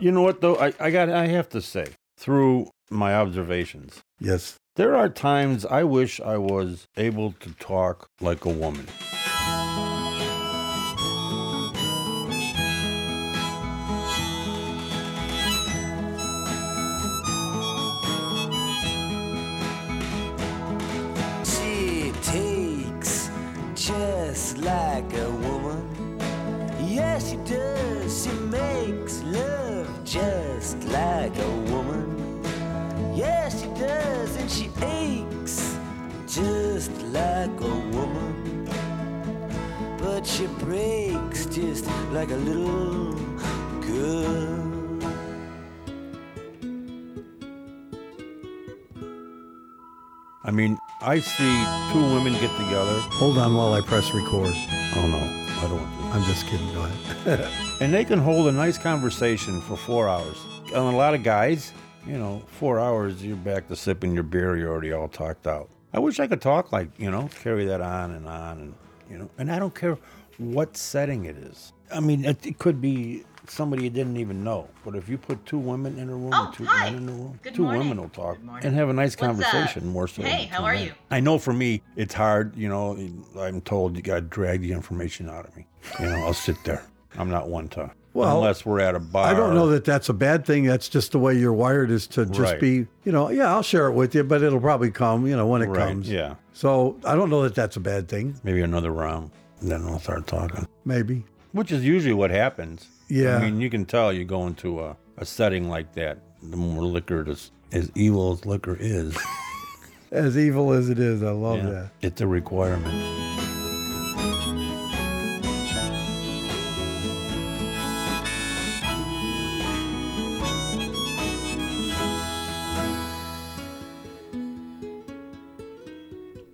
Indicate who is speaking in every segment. Speaker 1: You know what though? I, I got I have to say, through my observations,
Speaker 2: Yes.
Speaker 1: there are times I wish I was able to talk like a woman.
Speaker 3: She takes just like a woman. Yeah, she does. She makes love just like a woman. Yeah, she does. And she aches just like a woman. But she breaks just like a little girl.
Speaker 1: I mean, I see two women get together.
Speaker 2: Hold on while I press record.
Speaker 1: Oh no, I don't want
Speaker 2: I'm just kidding. Go ahead.
Speaker 1: to. And they can hold a nice conversation for four hours. And a lot of guys, you know, four hours you're back to sipping your beer, you're already all talked out. I wish I could talk like, you know, carry that on and on and you know, and I don't care what setting it is. I mean, it, it could be somebody you didn't even know, but if you put two women in a room
Speaker 4: Oh,
Speaker 1: and two
Speaker 4: hi.
Speaker 1: men in a room,
Speaker 4: Good
Speaker 1: two
Speaker 4: morning.
Speaker 1: women will talk
Speaker 4: Good morning.
Speaker 1: and have a nice
Speaker 4: What's up?
Speaker 1: conversation more so.
Speaker 4: Hey,
Speaker 1: than
Speaker 4: how
Speaker 1: two
Speaker 4: are
Speaker 1: men.
Speaker 4: you?
Speaker 1: I know for me, it's hard. You know, I'm told you got to drag the information out of me. You know, I'll sit there. I'm not one to.
Speaker 2: Well,
Speaker 1: unless we're at a bar.
Speaker 2: I don't know that that's a bad thing. That's just the way you're wired is to just
Speaker 1: Right.
Speaker 2: be, you know, yeah, I'll share it with you, but it'll probably come, you know, when it
Speaker 1: Right,
Speaker 2: comes.
Speaker 1: yeah.
Speaker 2: So I don't know that that's a bad thing.
Speaker 1: Maybe another round. and Then I'll start talking,
Speaker 2: Maybe.
Speaker 1: which is usually what happens.
Speaker 2: Yeah.
Speaker 1: I mean, you can tell you go into a, a setting like that. The more liquor it is, as evil as liquor is,
Speaker 2: As evil as it is, I love
Speaker 1: yeah,
Speaker 2: that.
Speaker 1: it's a requirement.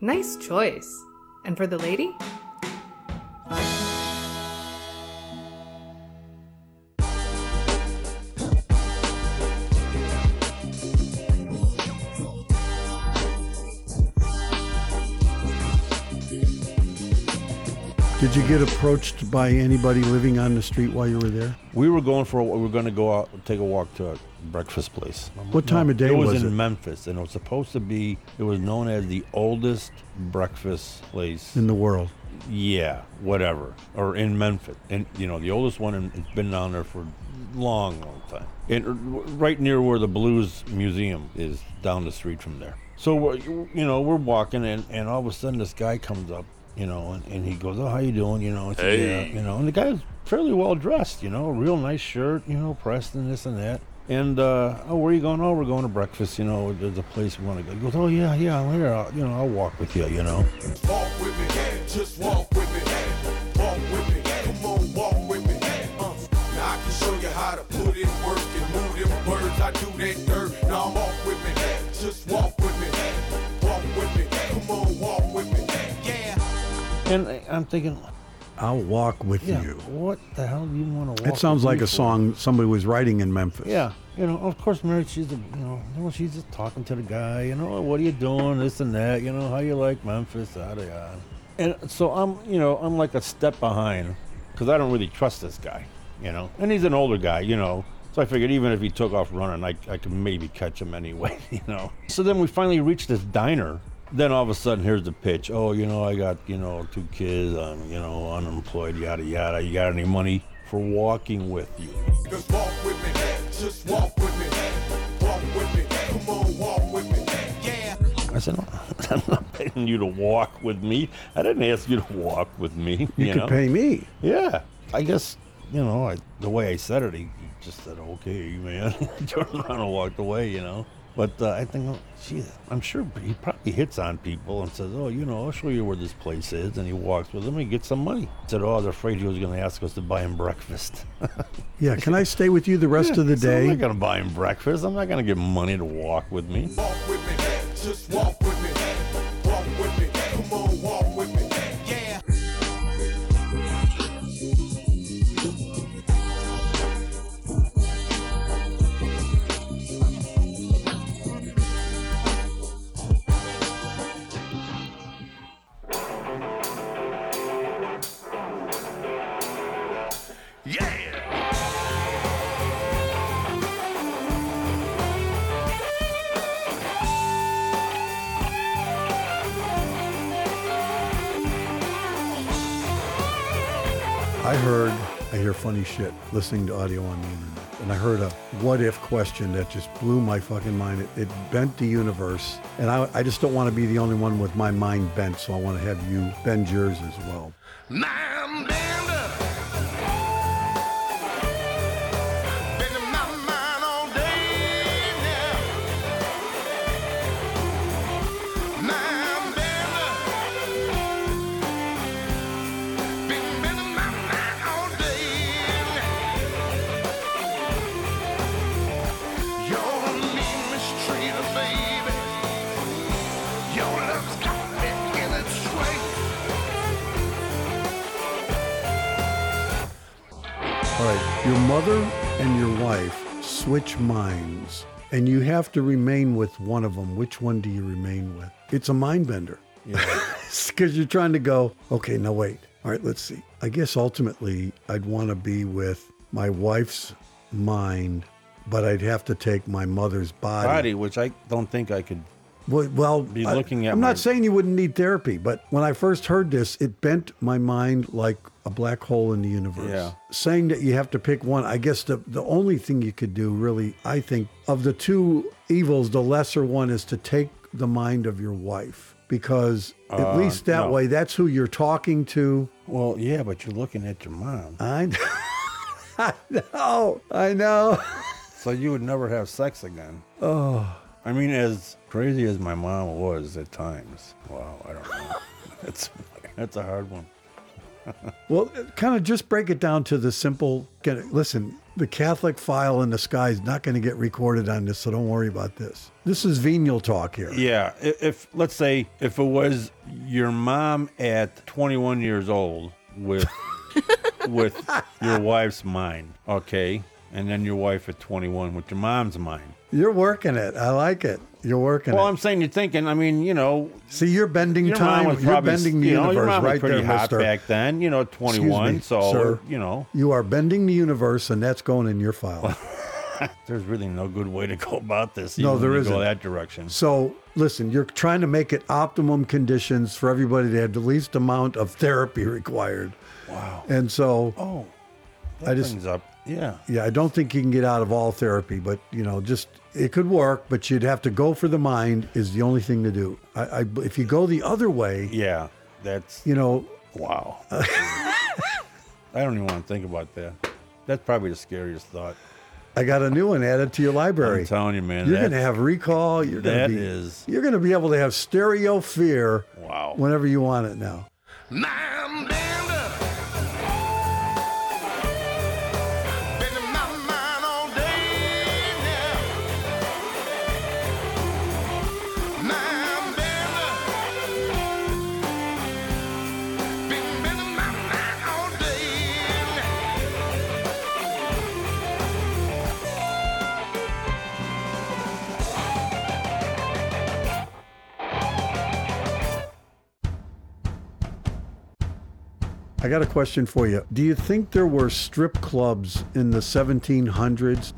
Speaker 5: Nice choice. And for the lady?
Speaker 2: Did you get approached by anybody living on the street while you were there?
Speaker 1: We were going for a, we were going to go out and take a walk to a breakfast place.
Speaker 2: What time of day
Speaker 1: it was,
Speaker 2: was
Speaker 1: in
Speaker 2: it?
Speaker 1: Memphis, and it was supposed to be. It was known as the oldest breakfast place.
Speaker 2: In the world.
Speaker 1: yeah, whatever, or in Memphis, and you know the oldest one, and it's been down there for a long, long time. And r- right near where the Blues Museum is, down the street from there. So we're, you know we're walking, and, and all of a sudden this guy comes up, you know, and, and he goes, "Oh, how you doing?" You know, I said, "Yeah," you know, and the guy's fairly well dressed, you know, a real nice shirt, you know, pressed and this and that. And uh, oh, where are you going? Oh, we're going to breakfast. You know, there's a place we want to go. He goes, oh yeah, yeah, I'm here. I'll, you know, I'll walk with you. You know.
Speaker 6: Walk with me, yeah. Just walk with me, yeah. Walk with me, yeah. Come on, walk with me, yeah. Uh, now I can show you how to put in work and move them birds. I do that dirt. Now walk with me, yeah. Just walk with me, yeah. Walk with me, yeah. Come on, walk with me, yeah. Yeah.
Speaker 1: And I- I'm thinking,
Speaker 2: I'll walk with
Speaker 1: yeah,
Speaker 2: you.
Speaker 1: what the hell do you want to walk?
Speaker 2: That sounds
Speaker 1: with
Speaker 2: like
Speaker 1: me
Speaker 2: a
Speaker 1: for?
Speaker 2: song somebody was writing in Memphis.
Speaker 1: Yeah, you know, of course, Mary, she's, a, you know, you know, she's just talking to the guy, you know, what are you doing, this and that, you know, how you like Memphis, yada yada. And so I'm, you know, I'm like a step behind because I don't really trust this guy, you know, and he's an older guy, you know. So I figured even if he took off running, I, I could maybe catch him anyway, you know. So then we finally reached this diner. Then all of a sudden, here's the pitch. Oh, you know, I got, you know, two kids. I'm, you know, unemployed, yada, yada. You got any money for walking with you?
Speaker 6: Just walk with me, yeah. Just walk with me, yeah. Walk with me, yeah. Come on, walk with me, yeah. Yeah.
Speaker 1: I said, "No, I'm not paying you to walk with me. I didn't ask you to walk with me. You,
Speaker 2: You, could
Speaker 1: know?
Speaker 2: pay me.
Speaker 1: Yeah. I guess, you know, I, the way I said it, he, he just said, okay, man. Turned around and walked away, you know. But uh, I think, oh, geez, I'm sure he probably hits on people and says, oh, you know, I'll show you where this place is. And he walks with them and gets some money. I said, oh, I was afraid he was going to ask us to buy him breakfast.
Speaker 2: Yeah, can I stay with you the rest of the
Speaker 1: So I'm
Speaker 2: day?
Speaker 1: not going to buy him breakfast. I'm not going to give him money to walk with me.
Speaker 6: Walk with me, yeah. Just walk with me, yeah. Walk with me, yeah. Come on, walk with me, yeah. Yeah.
Speaker 7: Yeah!
Speaker 2: I heard, I hear funny shit listening to audio on the internet. And I heard a what if question that just blew my fucking mind. It, it bent the universe. And I, I just don't want to be the only one with my mind bent. So I want to have you bend yours as well.
Speaker 4: Mind bender. Been in my mind all day now. Mind bender. Been, been in my mind all day now. Your mean mistreater, baby. Your love's got me in its swing.
Speaker 2: All right. Your mother and your wife switch minds. And you have to remain with one of them. Which one do you remain with? It's a mind bender. because you're trying to go, okay, now wait. All right, let's see. I guess ultimately I'd want to be with my wife's mind, but I'd have to take my mother's body.
Speaker 1: Body, which I don't think I could.
Speaker 2: Well, well
Speaker 1: Be
Speaker 2: I,
Speaker 1: looking at
Speaker 2: am
Speaker 1: my-
Speaker 2: not saying you wouldn't need therapy, but when I first heard this, it bent my mind like a black hole in the universe.
Speaker 1: Yeah.
Speaker 2: Saying that you have to pick one, I guess the, the only thing you could do, really, I think, of the two evils, the lesser one is to take the mind of your wife. Because at
Speaker 1: Uh,
Speaker 2: least that
Speaker 1: no.
Speaker 2: way, that's who you're talking to.
Speaker 1: Well, yeah, but you're looking at your mom,
Speaker 2: I know. I know. I know.
Speaker 1: so you would never have sex again. Oh. I mean, as crazy as my mom was at times. Wow, I don't know. that's that's a hard one.
Speaker 2: Well, kind of just break it down to the simple. get it- Listen, the Catholic file in the sky is not going to get recorded on this, so don't worry about this. This is venial talk here.
Speaker 1: Yeah, i- if let's say if it was your mom at 21 years old with with your wife's mind, okay, and then your wife at 21 with your mom's mind.
Speaker 2: You're working it. I like it. You're working
Speaker 1: Well,
Speaker 2: it.
Speaker 1: I'm saying you're thinking. I mean, you know,
Speaker 2: See, you're bending
Speaker 1: your
Speaker 2: time.
Speaker 1: mom was
Speaker 2: you're
Speaker 1: probably
Speaker 2: bending the
Speaker 1: you know,
Speaker 2: universe
Speaker 1: your mom was
Speaker 2: right
Speaker 1: pretty
Speaker 2: there,
Speaker 1: hot
Speaker 2: mister.
Speaker 1: back then. You know, at 21,
Speaker 2: me,
Speaker 1: so
Speaker 2: sir.
Speaker 1: you know,
Speaker 2: You are bending the universe, and that's going in your file.
Speaker 1: there's really no good way to go about this.
Speaker 2: No,
Speaker 1: even
Speaker 2: there
Speaker 1: when you
Speaker 2: isn't.
Speaker 1: Go that direction.
Speaker 2: so, listen, you're trying to make it optimum conditions for everybody to have the least amount of therapy required. Wow. And so,
Speaker 1: Oh,
Speaker 2: I just
Speaker 1: brings up. Yeah,
Speaker 2: Yeah, I don't think you can get out of all therapy, but you know, just it could work, but you'd have to go for the mind is the only thing to do. I, I if you go the other way,
Speaker 1: yeah. That's
Speaker 2: you know,
Speaker 1: Wow. I don't even want to think about that. That's probably the scariest thought.
Speaker 2: I got a new one added to your library.
Speaker 1: I'm telling you, man.
Speaker 2: you're
Speaker 1: that-
Speaker 2: gonna have recall. You're gonna
Speaker 1: that
Speaker 2: be
Speaker 1: is-
Speaker 2: you're gonna be able to have stereo fear.
Speaker 1: Wow.
Speaker 2: Whenever you want it now.
Speaker 4: Mind bender. Been in my mind all day now. Mind bender. Been, been in my mind all day now.
Speaker 2: I got a question for you. Do you think there were strip clubs in the 1700s?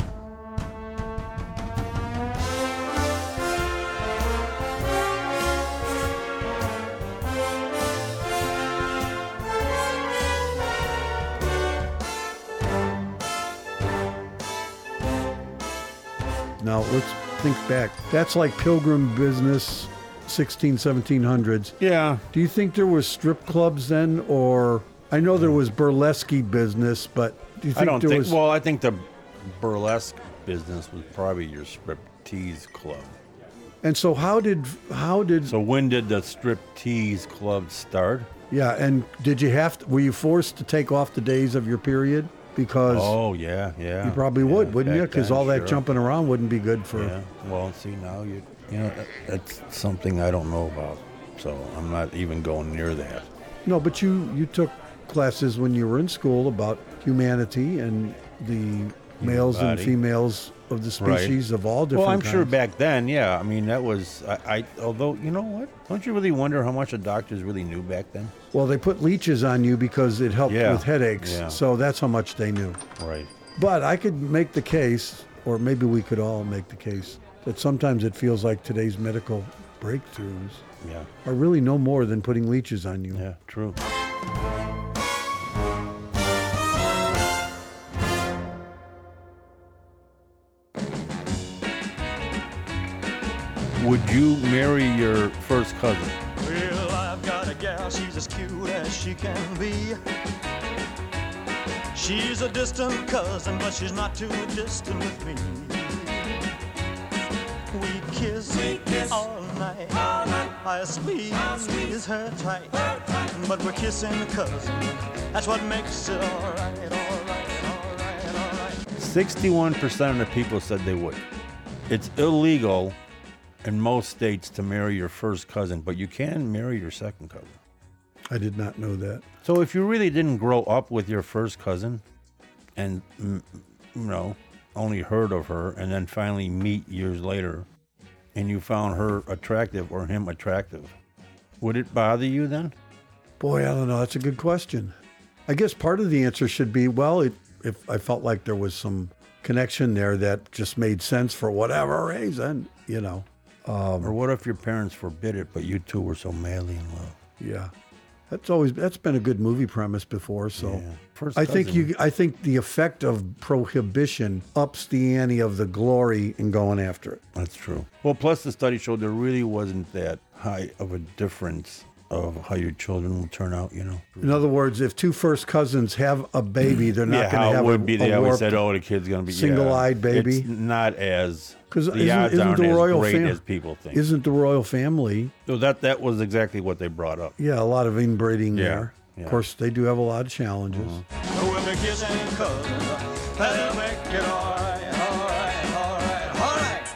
Speaker 2: Now let's think back. That's like pilgrim business, 16, 1700s.
Speaker 1: yeah.
Speaker 2: Do you think there was strip clubs then, or I know there was burlesque business, but do you think
Speaker 1: I don't
Speaker 2: there
Speaker 1: think.
Speaker 2: was?
Speaker 1: Well, I think the burlesque business was probably your striptease club.
Speaker 2: and so how did how did
Speaker 1: So when did the striptease club start?
Speaker 2: yeah? And did you have to, were you forced to take off the days of your period because
Speaker 1: Oh yeah, yeah.
Speaker 2: you probably
Speaker 1: yeah,
Speaker 2: would, wouldn't you?
Speaker 1: back
Speaker 2: Because
Speaker 1: then,
Speaker 2: all that
Speaker 1: sure.
Speaker 2: jumping around wouldn't be good for.
Speaker 1: Yeah. Well, see now you. You know that- that's something I don't know about. So I'm not even going near that.
Speaker 2: No, but you you took classes when you were in school about humanity and the males and
Speaker 1: body.
Speaker 2: females of the
Speaker 1: Right.
Speaker 2: species of all different.
Speaker 1: Well, I'm sure
Speaker 2: kinds.
Speaker 1: back then, yeah. I mean, that was I, I. Although, you know what? Don't you really wonder how much the doctors really knew back then?
Speaker 2: Well, they put leeches on you because it helped
Speaker 1: Yeah.
Speaker 2: with headaches.
Speaker 1: Yeah.
Speaker 2: So that's how much they knew.
Speaker 1: Right.
Speaker 2: But I could make the case, or maybe we could all make the case, that sometimes it feels like today's medical breakthroughs
Speaker 1: Yeah.
Speaker 2: are really no more than putting leeches on you.
Speaker 1: Yeah. True. Would you marry your first cousin?
Speaker 7: Well, I've got a gal, she's as cute as she can be. She's a distant cousin, but she's not too distant with me. We kiss, all, night. I squeeze, her tight, but we're kissing cousins. That's what makes it alright, alright, alright, alright.
Speaker 1: 61% of the people said they would. It's illegal in most states to marry your first cousin, but you can marry your second cousin.
Speaker 2: I did not know that.
Speaker 1: So if you really didn't grow up with your first cousin and, mm, you know, only heard of her and then finally meet years later and you found her attractive or him attractive, would it bother you then?
Speaker 2: Boy, I don't know. That's a good question. I guess part of the answer should be well, it, if I felt like there was some connection there that just made sense for whatever reason, you know. Um,
Speaker 1: or what if your parents forbid it, but you two were so madly in love?
Speaker 2: Yeah, that's always that's been a good movie premise before. So
Speaker 1: Yeah. First
Speaker 2: I think
Speaker 1: cousin.
Speaker 2: you I think the effect of prohibition ups the ante of the glory in going after it.
Speaker 1: That's true. Well, plus the study showed there really wasn't that high of a difference of how your children will turn out, you know.
Speaker 2: In other words, if two first cousins have a baby, they're not
Speaker 1: yeah,
Speaker 2: going
Speaker 1: how
Speaker 2: to
Speaker 1: it
Speaker 2: have
Speaker 1: would
Speaker 2: a,
Speaker 1: be. They
Speaker 2: a
Speaker 1: always
Speaker 2: warped-
Speaker 1: said, "Oh, the kid's going to be yeah.
Speaker 2: single-eyed baby.
Speaker 1: It's not as
Speaker 2: 'Cause
Speaker 1: the
Speaker 2: isn't-
Speaker 1: odds
Speaker 2: isn't
Speaker 1: aren't
Speaker 2: the
Speaker 1: as
Speaker 2: royal
Speaker 1: great
Speaker 2: fam-
Speaker 1: as people think.
Speaker 2: Isn't the royal family?
Speaker 1: so that that was exactly what they brought up.
Speaker 2: Yeah, a lot of inbreeding
Speaker 1: Yeah,
Speaker 2: there.
Speaker 1: yeah. Mm-hmm.
Speaker 2: Of course, they do have a lot of challenges.
Speaker 7: We'll be kissing cousins. That'll make it alright, alright, alright, alright.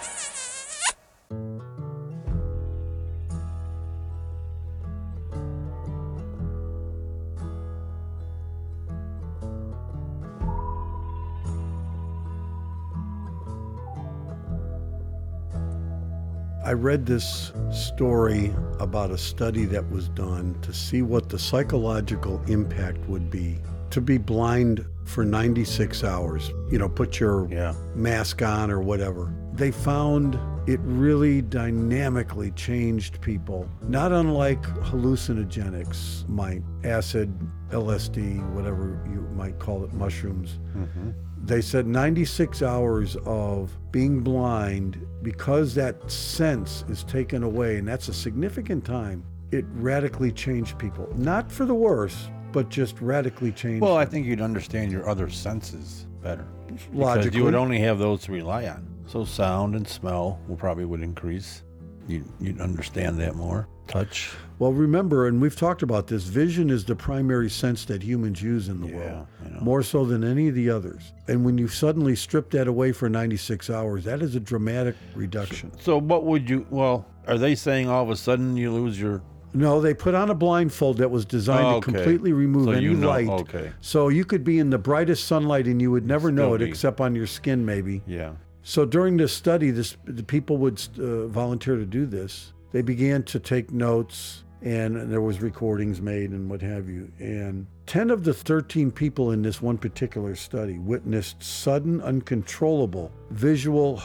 Speaker 2: I read this story about a study that was done to see what the psychological impact would be to be blind for 96 hours. You know, put your
Speaker 1: Yeah.
Speaker 2: mask on or whatever. They found it really dynamically changed people, not unlike hallucinogenics might, acid, LSD, whatever you might call it, mushrooms they said 96 hours of being blind because that sense is taken away and that's a significant time it radically changed people not for the worse but just radically changed
Speaker 1: Well, I think you'd understand your other senses better. Because
Speaker 2: Logically.
Speaker 1: you would only have those to rely on. So sound and smell will probably would increase. You you'd understand that more. Touch.
Speaker 2: well remember and we've talked about this vision is the primary sense that humans use in the
Speaker 1: Yeah,
Speaker 2: world
Speaker 1: I know.
Speaker 2: more so than any of the others and when you suddenly strip that away for 96 hours that is a dramatic reduction
Speaker 1: So what would you? Well, are they saying all of a sudden you lose your?
Speaker 2: No, they put on a blindfold that was designed
Speaker 1: Okay.
Speaker 2: to completely remove
Speaker 1: So
Speaker 2: any
Speaker 1: you know-
Speaker 2: light.
Speaker 1: okay.
Speaker 2: So you could be in the brightest sunlight and you would never know
Speaker 1: still
Speaker 2: it
Speaker 1: be-
Speaker 2: except on your skin, maybe.
Speaker 1: Yeah.
Speaker 2: So during this study, this the people would uh, volunteer to do this. They began to take notes, and, there was recordings made and what have you. And ten of the thirteen people in this one particular study witnessed sudden, uncontrollable visual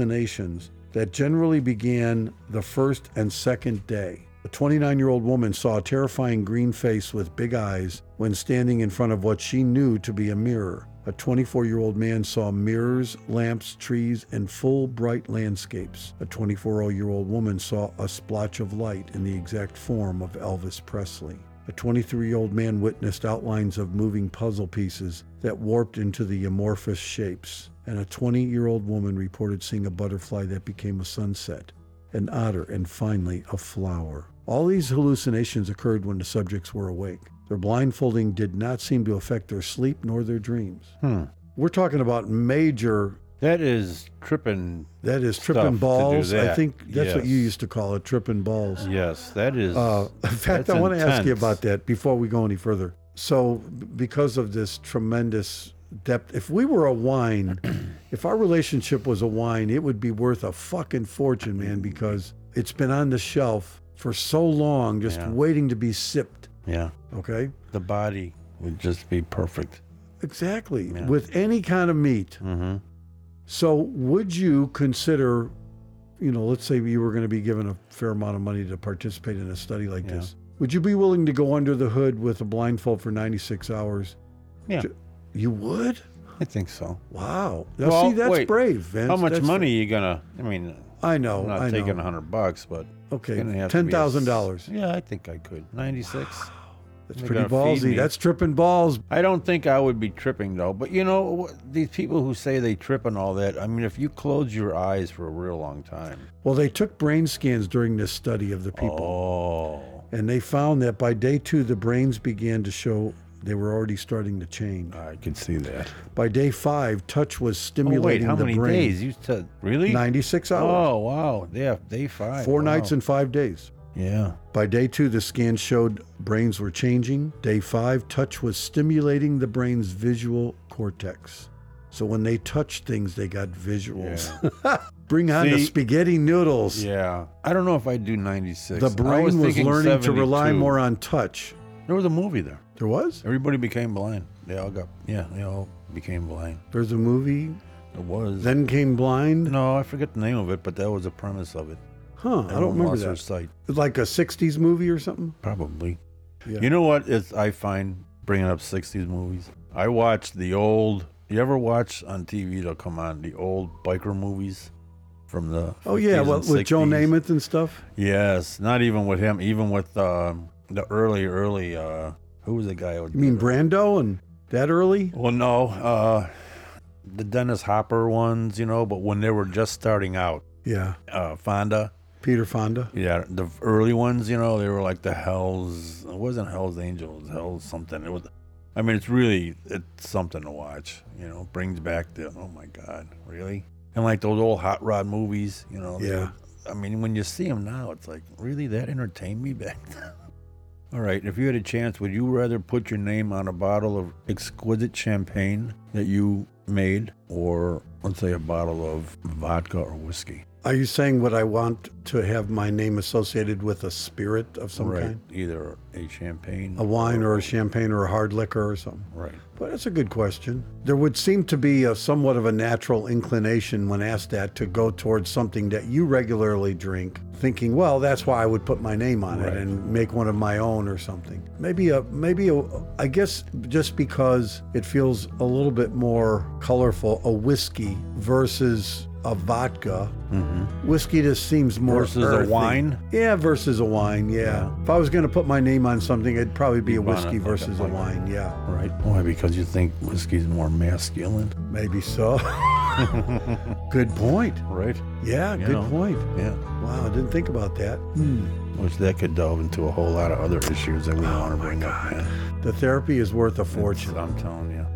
Speaker 2: hallucinations that generally began the first and second day. A 29 year old woman saw a terrifying green face with big eyes when standing in front of what she knew to be a mirror. A 24 year old man saw mirrors, lamps, trees, and full bright landscapes. A 24 year old woman saw a splotch of light in the exact form of Elvis Presley. A 23 year old man witnessed outlines of moving puzzle pieces that warped into the amorphous shapes. And a 20 year old woman reported seeing a butterfly that became a sunset an otter, and finally a flower. All these hallucinations occurred when the subjects were awake. Their blindfolding did not seem to affect their sleep nor their dreams.
Speaker 1: Hmm.
Speaker 2: We're talking about major,
Speaker 1: That is tripping.
Speaker 2: that is
Speaker 1: Stuff to
Speaker 2: tripping
Speaker 1: do
Speaker 2: balls. I
Speaker 1: that,
Speaker 2: think that's what you
Speaker 1: yes.
Speaker 2: used to call it, tripping balls.
Speaker 1: Yes, that is.
Speaker 2: Uh, in fact,
Speaker 1: that's
Speaker 2: I want to ask you
Speaker 1: intense.
Speaker 2: about that before we go any further. So, b- because of this tremendous depth, if we were a wine, if our relationship was a wine, it would be worth a fucking fortune, man, because it's been on the shelf for so long, just
Speaker 1: Yeah.
Speaker 2: waiting to be sipped.
Speaker 1: Yeah.
Speaker 2: Okay.
Speaker 1: The body would just be perfect.
Speaker 2: Exactly.
Speaker 1: Yeah.
Speaker 2: With any kind of meat.
Speaker 1: Mm-hmm.
Speaker 2: So, would you consider, you know, let's say you were going to be given a fair amount of money to participate in a study like
Speaker 1: Yeah.
Speaker 2: this? Would you be willing to go under the hood with a blindfold for 96 hours?
Speaker 1: Yeah,
Speaker 2: Ju- You would?
Speaker 1: I think so.
Speaker 2: Wow. Now,
Speaker 1: Well,
Speaker 2: see, that's
Speaker 1: wait.
Speaker 2: brave, Vince.
Speaker 1: How much
Speaker 2: That's-
Speaker 1: money are you gonna? I mean,
Speaker 2: I know.
Speaker 1: I'm not
Speaker 2: I know.
Speaker 1: taking a hundred bucks, but
Speaker 2: Okay,
Speaker 1: it's gonna have to be a s-
Speaker 2: $10,000.
Speaker 1: Yeah, I think I could. Ninety six.
Speaker 2: That's
Speaker 1: They
Speaker 2: pretty
Speaker 1: gotta feed me.
Speaker 2: ballsy. That's tripping balls.
Speaker 1: I don't think I would be tripping though. But you know, wh- these people who say they trip and all that. I mean, if you close your eyes for a real long time,
Speaker 2: Well, they took brain scans during this study of the people,
Speaker 1: oh,
Speaker 2: and they found that by day two, the brains began to show they were already starting to change.
Speaker 1: I can see that.
Speaker 2: By day five, touch
Speaker 1: Oh, wait,
Speaker 2: was stimulating
Speaker 1: how
Speaker 2: the
Speaker 1: many
Speaker 2: brain.
Speaker 1: days? You said really?
Speaker 2: 96 hours,
Speaker 1: Oh wow, yeah, day five.
Speaker 2: four nights and five days.
Speaker 1: yeah.
Speaker 2: By day two, the scan showed brains were changing. Day five, touch was stimulating the brain's visual cortex. So when they touched things, they got visuals. Bring on the
Speaker 1: See?
Speaker 2: spaghetti noodles.
Speaker 1: Yeah, I don't know if I'd do 96.
Speaker 2: The
Speaker 1: I
Speaker 2: brain was,
Speaker 1: thinking
Speaker 2: learning to rely
Speaker 1: 72.
Speaker 2: more on touch.
Speaker 1: There was a movie there.
Speaker 2: There was?
Speaker 1: Everybody became blind. They all got. Yeah, they all became blind.
Speaker 2: There's a movie.
Speaker 1: It was.
Speaker 2: Then came blind.
Speaker 1: no, I forget the name of it, but that was the premise of it.
Speaker 2: Huh, I don't
Speaker 1: Everyone
Speaker 2: remember
Speaker 1: lost their
Speaker 2: that.
Speaker 1: sight.
Speaker 2: Like a 60s movie or something?
Speaker 1: Probably.
Speaker 2: Yeah.
Speaker 1: You know what is I find bringing up 60s movies? I watch the old. You ever watch on TV? They'll come on the old biker movies from the.
Speaker 2: oh, yeah,
Speaker 1: 50s
Speaker 2: well,
Speaker 1: and
Speaker 2: with Joe
Speaker 1: 60s.
Speaker 2: Namath and stuff.
Speaker 1: Yes, not even with him. Even with um, the early, early. uh Who was the guy? who
Speaker 2: You mean
Speaker 1: did it?
Speaker 2: Brando and that early?
Speaker 1: Well, no, uh, the Dennis Hopper ones, you know, but when they were just starting out,
Speaker 2: Yeah,
Speaker 1: uh, Fonda,
Speaker 2: Peter Fonda.
Speaker 1: yeah, the early ones, you know, they were like the Hell's, it wasn't Hell's Angels, Hell's something. It was, I mean, it's really, it's something to watch, you know, brings back the, oh my God, really? And like those old Hot Rod movies, you know, they
Speaker 2: Yeah.
Speaker 1: were- I mean, when you see them now, it's like, really, that entertained me back then? All right, if you had a chance, would you rather put your name on a bottle of exquisite champagne that you made or, let's say, a bottle of vodka or whiskey?
Speaker 2: Are you saying would I want to have my name associated with a spirit of some
Speaker 1: right.
Speaker 2: kind?
Speaker 1: Either a champagne,
Speaker 2: A wine or a champagne or a hard liquor or something?
Speaker 1: Right.
Speaker 2: But that's a good question. There would seem to be a somewhat of a natural inclination when asked that to go towards something that you regularly drink, thinking, well, that's why I would put my name on
Speaker 1: Right.
Speaker 2: it and make one of my own or something. Maybe a maybe a I guess just because it feels a little bit more colorful, a whiskey versus a vodka. Whiskey just seems more
Speaker 1: Mm-hmm. Versus a
Speaker 2: earthy.
Speaker 1: wine?
Speaker 2: Yeah, versus a wine. Yeah. If I was going to put my name on something, it'd probably be a
Speaker 1: You'd want
Speaker 2: whiskey
Speaker 1: it like a
Speaker 2: versus a
Speaker 1: wine.
Speaker 2: wine. Yeah.
Speaker 1: Right. Why? Because you think whiskey's more masculine?
Speaker 2: Maybe so. good point.
Speaker 1: Right.
Speaker 2: Yeah,
Speaker 1: You
Speaker 2: good
Speaker 1: know.
Speaker 2: point.
Speaker 1: Yeah.
Speaker 2: Wow, I didn't think about that.
Speaker 1: Which that could delve into a whole lot of other issues that we don't want to bring up, man.
Speaker 2: The therapy is worth a
Speaker 1: That's-
Speaker 2: fortune.
Speaker 1: I'm telling you.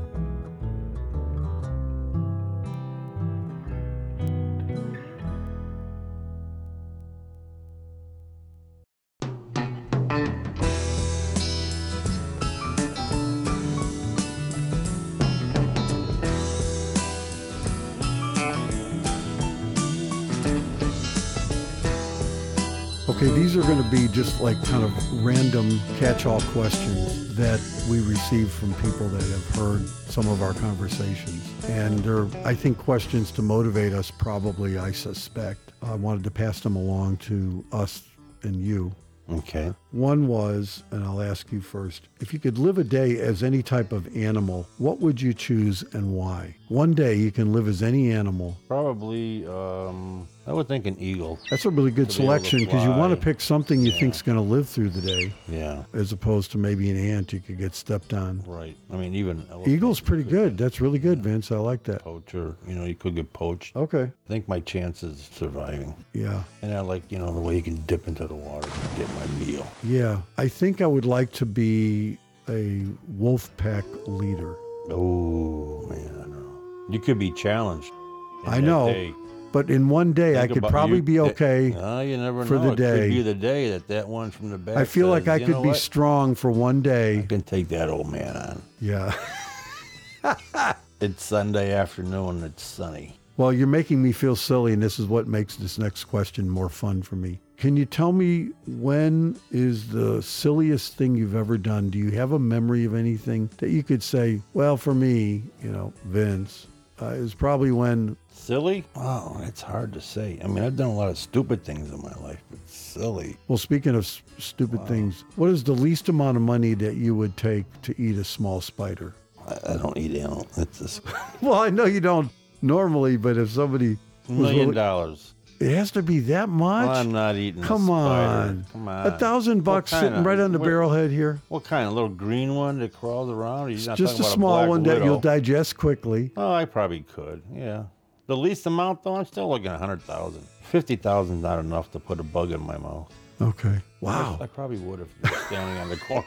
Speaker 2: Okay, these are going to be just like kind of random catch-all questions that we receive from people that have heard some of our conversations, and they're I think questions to motivate us. Probably, I suspect. I wanted to pass them along to us and you.
Speaker 1: Okay.
Speaker 2: One was, and I'll ask you first, if you could live a day as any type of animal, what would you choose and why? One day you can live as any animal.
Speaker 1: Probably, um, I would think an eagle.
Speaker 2: That's a really good
Speaker 1: To be able to
Speaker 2: selection because you want to
Speaker 1: fly.
Speaker 2: pick something you
Speaker 1: Yeah.
Speaker 2: think's going to live through the day,
Speaker 1: Yeah.
Speaker 2: as opposed to maybe an ant you could get stepped on.
Speaker 1: Right. I mean, even elephant,
Speaker 2: Eagle's
Speaker 1: you
Speaker 2: pretty
Speaker 1: could
Speaker 2: good. That's really good, Vince. I like that.
Speaker 1: get Poacher, you know, you could get poached.
Speaker 2: Okay.
Speaker 1: I think my chances of surviving.
Speaker 2: Yeah.
Speaker 1: And I like, you know, the way you can dip into the water to get my meal.
Speaker 2: Yeah. I think I would like to be a wolf pack leader.
Speaker 1: Oh man, I know. You could be challenged. in
Speaker 2: I
Speaker 1: that
Speaker 2: know.
Speaker 1: day.
Speaker 2: But in one day, I
Speaker 1: Think
Speaker 2: could
Speaker 1: about-
Speaker 2: probably
Speaker 1: you-
Speaker 2: be
Speaker 1: that-
Speaker 2: okay.
Speaker 1: Ah, you never
Speaker 2: for
Speaker 1: know.
Speaker 2: the
Speaker 1: it
Speaker 2: day.
Speaker 1: could be the day that that one from the back.
Speaker 2: I feel like
Speaker 1: says,
Speaker 2: I
Speaker 1: "You
Speaker 2: could
Speaker 1: know
Speaker 2: be
Speaker 1: what?
Speaker 2: strong for one
Speaker 1: I
Speaker 2: day.
Speaker 1: can take that old man on.
Speaker 2: Yeah.
Speaker 1: It's Sunday afternoon. It's sunny.
Speaker 2: Well, you're making me feel silly, and this is what makes this next question more fun for me. Can you tell me when is the silliest thing you've ever done? Do you have a memory of anything that you could say, well, for me, you know, Vince, uh, is probably when,
Speaker 1: Silly? Oh, it's hard to say. I mean, I've done a lot of stupid things in my life, but silly.
Speaker 2: well, speaking of s- stupid things, what is the least amount of money that you would take to eat a small spider?
Speaker 1: I, I don't eat animal. It's just
Speaker 2: Well, I know you don't normally, but if somebody was
Speaker 1: million
Speaker 2: willi-
Speaker 1: dollars.
Speaker 2: It has to be that much.
Speaker 1: Well, I'm not eating. a
Speaker 2: Come
Speaker 1: spider.
Speaker 2: on.
Speaker 1: Come on.
Speaker 2: A thousand
Speaker 1: What
Speaker 2: bucks
Speaker 1: kind
Speaker 2: sitting
Speaker 1: of-
Speaker 2: right on the
Speaker 1: what-
Speaker 2: barrel head here.
Speaker 1: What kind? A little green one that crawls around? Are you not
Speaker 2: Just a
Speaker 1: talking about
Speaker 2: small
Speaker 1: black
Speaker 2: one that you'll
Speaker 1: widow?
Speaker 2: digest quickly.
Speaker 1: Oh, I probably could. Yeah. The least amount though, I'm still looking at hundred thousand. Fifty thousand not enough to put a bug in my mouth.
Speaker 2: Okay.
Speaker 1: I
Speaker 2: Wow.
Speaker 1: probably would if you were standing on the corner.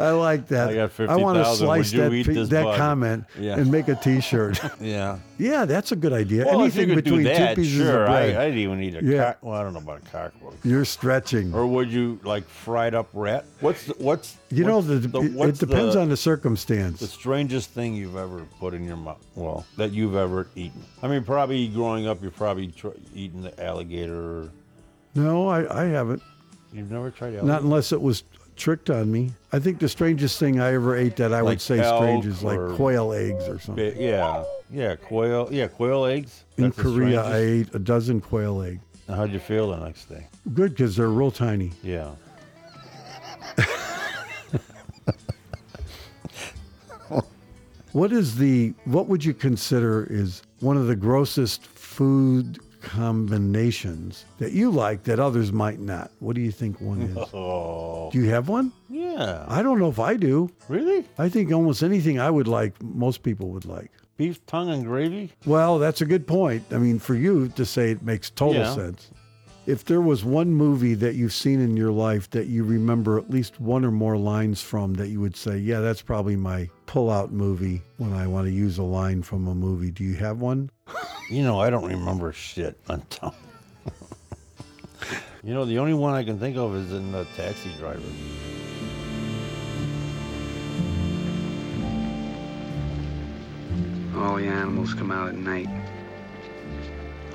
Speaker 2: I like that.
Speaker 1: I got
Speaker 2: want to
Speaker 1: 50,000. Would
Speaker 2: slice
Speaker 1: you
Speaker 2: that,
Speaker 1: eat
Speaker 2: pe-
Speaker 1: this
Speaker 2: that
Speaker 1: bug?
Speaker 2: comment
Speaker 1: Yeah.
Speaker 2: and make a T-shirt.
Speaker 1: yeah.
Speaker 2: yeah, that's a good idea.
Speaker 1: Well, if you
Speaker 2: Anything
Speaker 1: could
Speaker 2: between
Speaker 1: do that,
Speaker 2: two pieces
Speaker 1: sure.
Speaker 2: of bread.
Speaker 1: I, I'd even eat a
Speaker 2: Yeah.
Speaker 1: cock. Well, I don't know about a cockroach.
Speaker 2: You're stretching.
Speaker 1: Or would you like fried up rat? What's the, what's
Speaker 2: you know,
Speaker 1: what's
Speaker 2: the, it
Speaker 1: what's
Speaker 2: depends
Speaker 1: the-
Speaker 2: on the circumstance.
Speaker 1: the strangest thing you've ever put in your mouth? Well, that you've ever eaten. I mean, probably growing up, you're probably tr- eating the alligator.
Speaker 2: no, I, I haven't.
Speaker 1: You've never tried alligator.
Speaker 2: Not unless it was tricked on me. I think the strangest thing I ever ate that I
Speaker 1: Like
Speaker 2: would say
Speaker 1: elk
Speaker 2: strange is like
Speaker 1: or-
Speaker 2: quail eggs or something.
Speaker 1: Bi- yeah, yeah, quail. Yeah, quail eggs.
Speaker 2: In
Speaker 1: That's the
Speaker 2: Korea, I
Speaker 1: strangest.
Speaker 2: ate a dozen quail eggs.
Speaker 1: Now, How'd you feel the next day?
Speaker 2: Good because they're real tiny.
Speaker 1: Yeah.
Speaker 2: What is the what would you consider is one of the grossest food combinations that you like that others might not? What do you think one is?
Speaker 1: Oh.
Speaker 2: do you have one?
Speaker 1: Yeah.
Speaker 2: I don't know if I do.
Speaker 1: Really?
Speaker 2: I think almost anything I would like, most people would like.
Speaker 1: Beef tongue and gravy?
Speaker 2: Well, that's a good point. I mean, for you to say it makes total
Speaker 1: Yeah.
Speaker 2: sense. If there was one movie that you've seen in your life that you remember at least one or more lines from that you would say, yeah, that's probably my pull-out movie when I want to use a line from a movie. Do you have one?
Speaker 1: You know, I don't remember shit on tongue. you know, the only one I can think of is in the taxi driver.
Speaker 8: All the animals come out at night.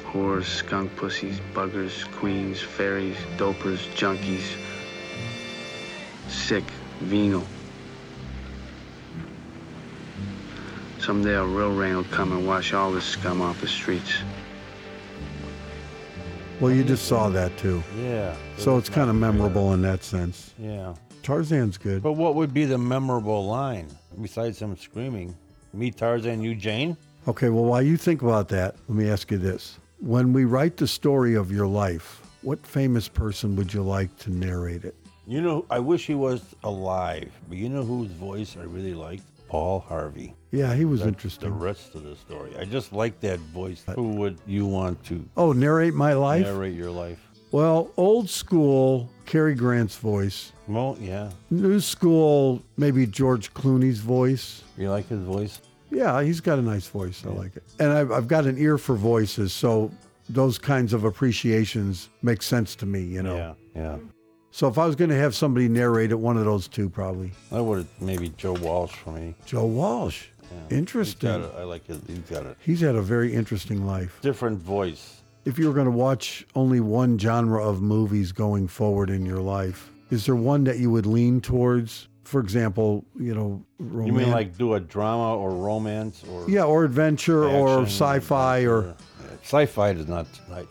Speaker 8: Whores, skunk pussies, buggers, queens, fairies, dopers, junkies. Sick, venal. Someday a real rain will come and wash all this scum off the streets.
Speaker 2: Well, you just saw that too.
Speaker 1: Yeah.
Speaker 2: So it's kind of memorable in that sense.
Speaker 1: Yeah.
Speaker 2: Tarzan's good.
Speaker 1: But what would be the memorable line besides him screaming, "Me Tarzan, you Jane"?
Speaker 2: Okay, well, while you think about that, let me ask you this. When we write the story of your life, what famous person would you like to narrate it?
Speaker 1: You know, I wish he was alive, but you know whose voice I really liked? Paul Harvey.
Speaker 2: Yeah, he was
Speaker 1: That's
Speaker 2: interesting.
Speaker 1: The rest of the story, I just like that voice. Who would you want to
Speaker 2: Oh, narrate my life?
Speaker 1: narrate your life?
Speaker 2: Well, old school Cary Grant's voice,
Speaker 1: Well, yeah,
Speaker 2: new school maybe George Clooney's voice.
Speaker 1: you like his voice.
Speaker 2: Yeah, he's got a nice voice. I like it. And I've, I've got an ear for voices, so those kinds of appreciations make sense to me, you know.
Speaker 1: Yeah, yeah.
Speaker 2: So if I was going to have somebody narrate it, one of those two probably.
Speaker 1: I would have maybe Joe Walsh for me.
Speaker 2: Joe Walsh. Interesting.
Speaker 1: He's got a, I like his. He's got a
Speaker 2: He's had a very interesting life.
Speaker 1: different voice.
Speaker 2: If you were going to watch only one genre of movies going forward in your life, is there one that you would lean towards? For example, you know, roman-
Speaker 1: You mean like do a drama or romance or
Speaker 2: yeah, or adventure or
Speaker 1: action
Speaker 2: sci-fi or
Speaker 1: Yeah, sci-fi does not like,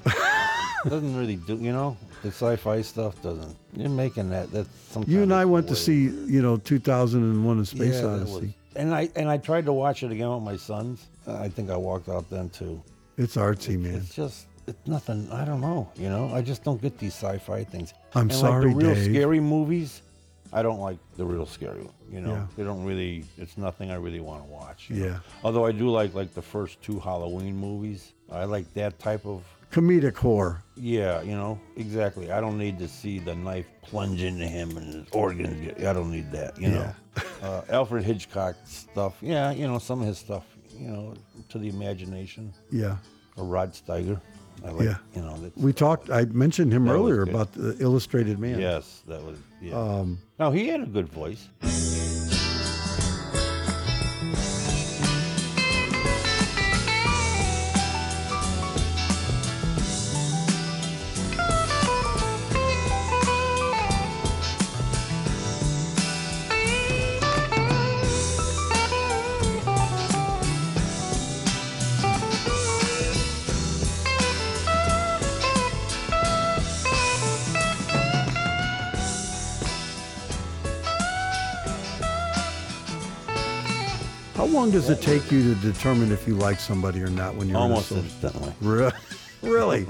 Speaker 1: doesn't really do you know the sci-fi stuff doesn't. You're making that that's sometimes
Speaker 2: you and I
Speaker 1: it's
Speaker 2: went to
Speaker 1: way-
Speaker 2: see you know 2001: A Space
Speaker 1: that
Speaker 2: Odyssey.
Speaker 1: was- and I and I tried to watch it again with my sons. I think I walked out then too.
Speaker 2: It's artsy, man.
Speaker 1: It's just it's nothing. I don't know. You know, I just don't get these sci-fi things.
Speaker 2: I'm
Speaker 1: and
Speaker 2: sorry,
Speaker 1: like the real
Speaker 2: Dave.
Speaker 1: scary movies. I don't like the real scary. one, You know,
Speaker 2: Yeah.
Speaker 1: they don't really. It's nothing I really want to watch. you know.
Speaker 2: Yeah,
Speaker 1: Although I do like like the first two Halloween movies. I like that type of.
Speaker 2: comedic horror.
Speaker 1: Yeah, you know exactly. I don't need to see the knife plunge into him and his organs. Get, I don't need that. You know, uh, Alfred Hitchcock stuff. Yeah, you know some of his stuff. You know, to the imagination.
Speaker 2: Yeah,
Speaker 1: Or Rod Steiger. I like,
Speaker 2: Yeah.
Speaker 1: You know, that's,
Speaker 2: we talked. I mentioned him
Speaker 1: That was
Speaker 2: earlier
Speaker 1: good.
Speaker 2: about the Illustrated Man.
Speaker 1: Yes, that was. Yeah.
Speaker 2: Um,
Speaker 1: now he had a good voice.
Speaker 2: How long does it take you to determine if you like somebody or not when you're
Speaker 1: Almost
Speaker 2: in a social?
Speaker 1: instantly.
Speaker 2: Re- really.